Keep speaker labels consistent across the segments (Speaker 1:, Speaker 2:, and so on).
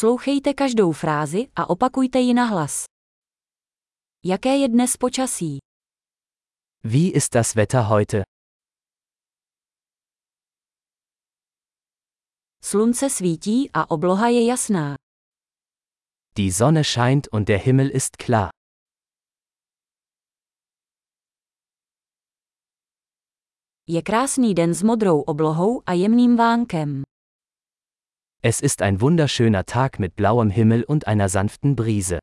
Speaker 1: Poslouchejte každou frázi a opakujte ji nahlas. Jaké je dnes počasí?
Speaker 2: Wie ist das Wetter heute?
Speaker 1: Slunce svítí a obloha je jasná.
Speaker 2: Die Sonne scheint und der Himmel ist klar.
Speaker 1: Je krásný den s modrou oblohou a jemným vánkem.
Speaker 2: Es ist ein wunderschöner Tag mit blauem Himmel und einer sanften Brise.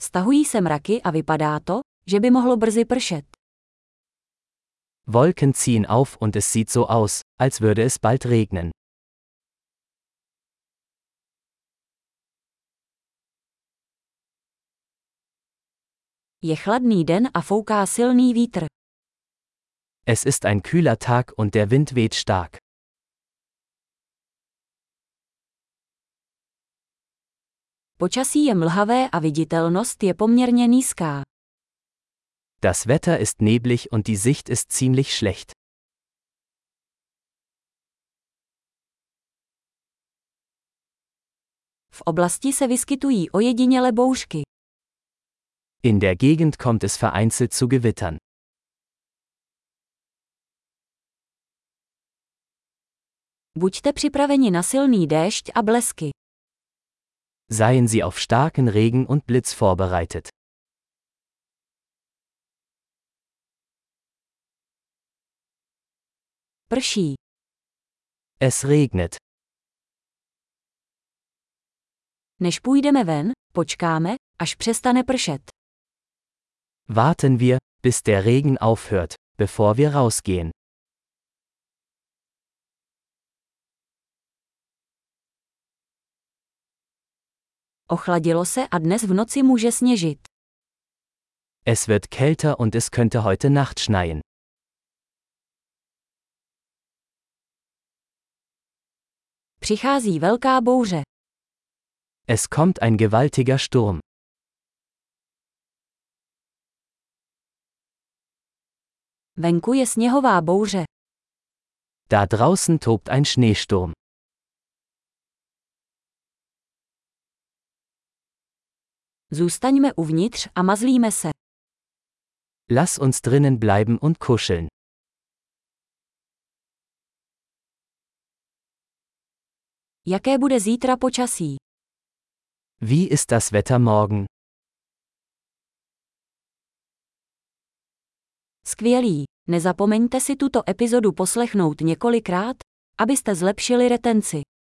Speaker 1: Stahují se mraky a vypadá to, že by mohlo brzy pršet.
Speaker 2: Wolken ziehen auf und es sieht so aus, als würde es bald regnen.
Speaker 1: Je chladný den a fouká silný vítr.
Speaker 2: Es ist ein kühler Tag und der Wind weht stark.
Speaker 1: Počasí je mlhavé a viditelnost je poměrně nízká.
Speaker 2: Das Wetter ist neblig und die Sicht ist ziemlich schlecht.
Speaker 1: V oblasti se vyskytují ojediněle bouřky.
Speaker 2: In der Gegend kommt es vereinzelt zu Gewittern.
Speaker 1: Buďte připraveni na silný déšť a blesky.
Speaker 2: Seien Sie auf starken Regen und Blitz vorbereitet.
Speaker 1: Prší.
Speaker 2: Es regnet.
Speaker 1: Než půjdeme ven, počkáme, až přestane pršet.
Speaker 2: Warten wir, bis der Regen aufhört, bevor wir rausgehen.
Speaker 1: Ochladilo se a dnes v noci může sněžit.
Speaker 2: Es wird kälter und es könnte heute Nacht schneien.
Speaker 1: Přichází velká bouře.
Speaker 2: Es kommt ein gewaltiger Sturm.
Speaker 1: Venku je sněhová bouře.
Speaker 2: Da draußen tobt ein Schneesturm.
Speaker 1: Zůstaňme uvnitř a mazlíme se.
Speaker 2: Lass uns drinnen bleiben und kuscheln.
Speaker 1: Jaké bude zítra počasí?
Speaker 2: Wie ist das Wetter morgen?
Speaker 1: Skvělý. Nezapomeňte si tuto epizodu poslechnout několikrát, abyste zlepšili retenci.